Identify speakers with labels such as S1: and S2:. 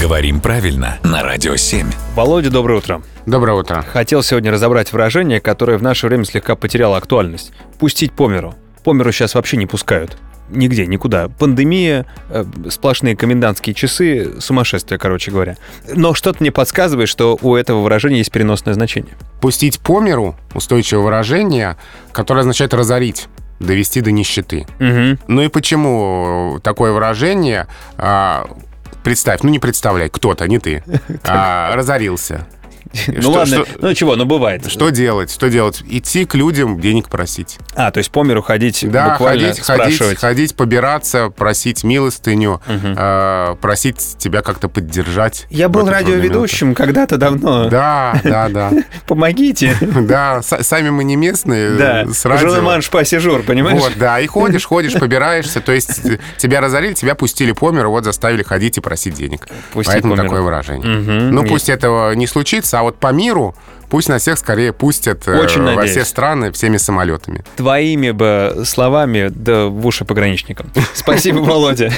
S1: Говорим правильно на Радио 7.
S2: Володя, доброе утро.
S3: Доброе утро.
S2: Хотел сегодня разобрать выражение, которое в наше время слегка потеряло актуальность. Пустить по миру. По миру сейчас вообще не пускают. Нигде, никуда. Пандемия, э, сплошные комендантские часы, сумасшествие, короче говоря. Но что-то мне подсказывает, что у этого выражения есть переносное значение.
S3: Пустить по миру – устойчивое выражение, которое означает разорить довести до нищеты.
S2: Угу.
S3: Ну и почему такое выражение? а, представь, ну не представляй, кто-то, не ты, а, разорился.
S2: Ну
S3: Что-
S2: ладно,
S3: что-
S2: ну чего, ну бывает.
S3: Что делать? Что делать? Идти к людям, денег просить.
S2: А, то есть по миру ходить,
S3: Да,
S2: буквально
S3: ходить, ходить,
S2: спрашивать.
S3: ходить, побираться, просить милостыню,
S2: Мгм.
S3: а, просить тебя как-то поддержать.
S2: Я
S3: в
S2: был
S3: эту трудную
S2: радиоведущим когда-то
S3: минуту.
S2: давно.
S3: Да, да, да.
S2: Помогите.
S3: Да, с- сами мы не местные. э,
S2: Да.
S3: с радио.
S2: Желеман шпасижур, понимаешь?
S3: Вот, да, и ходишь, ходишь, побираешься, то есть э, тебя разорили, тебя пустили по миру, вот заставили ходить и просить денег.
S2: Пустить
S3: Поэтому
S2: по миру.
S3: такое выражение.
S2: Мгм.
S3: Ну, пусть этого не случится, а вот по миру пусть на всех скорее пустят э,
S2: Очень
S3: во
S2: надеюсь.
S3: все страны всеми самолетами.
S2: Твоими бы словами, да в уши пограничникам. Спасибо, Володя.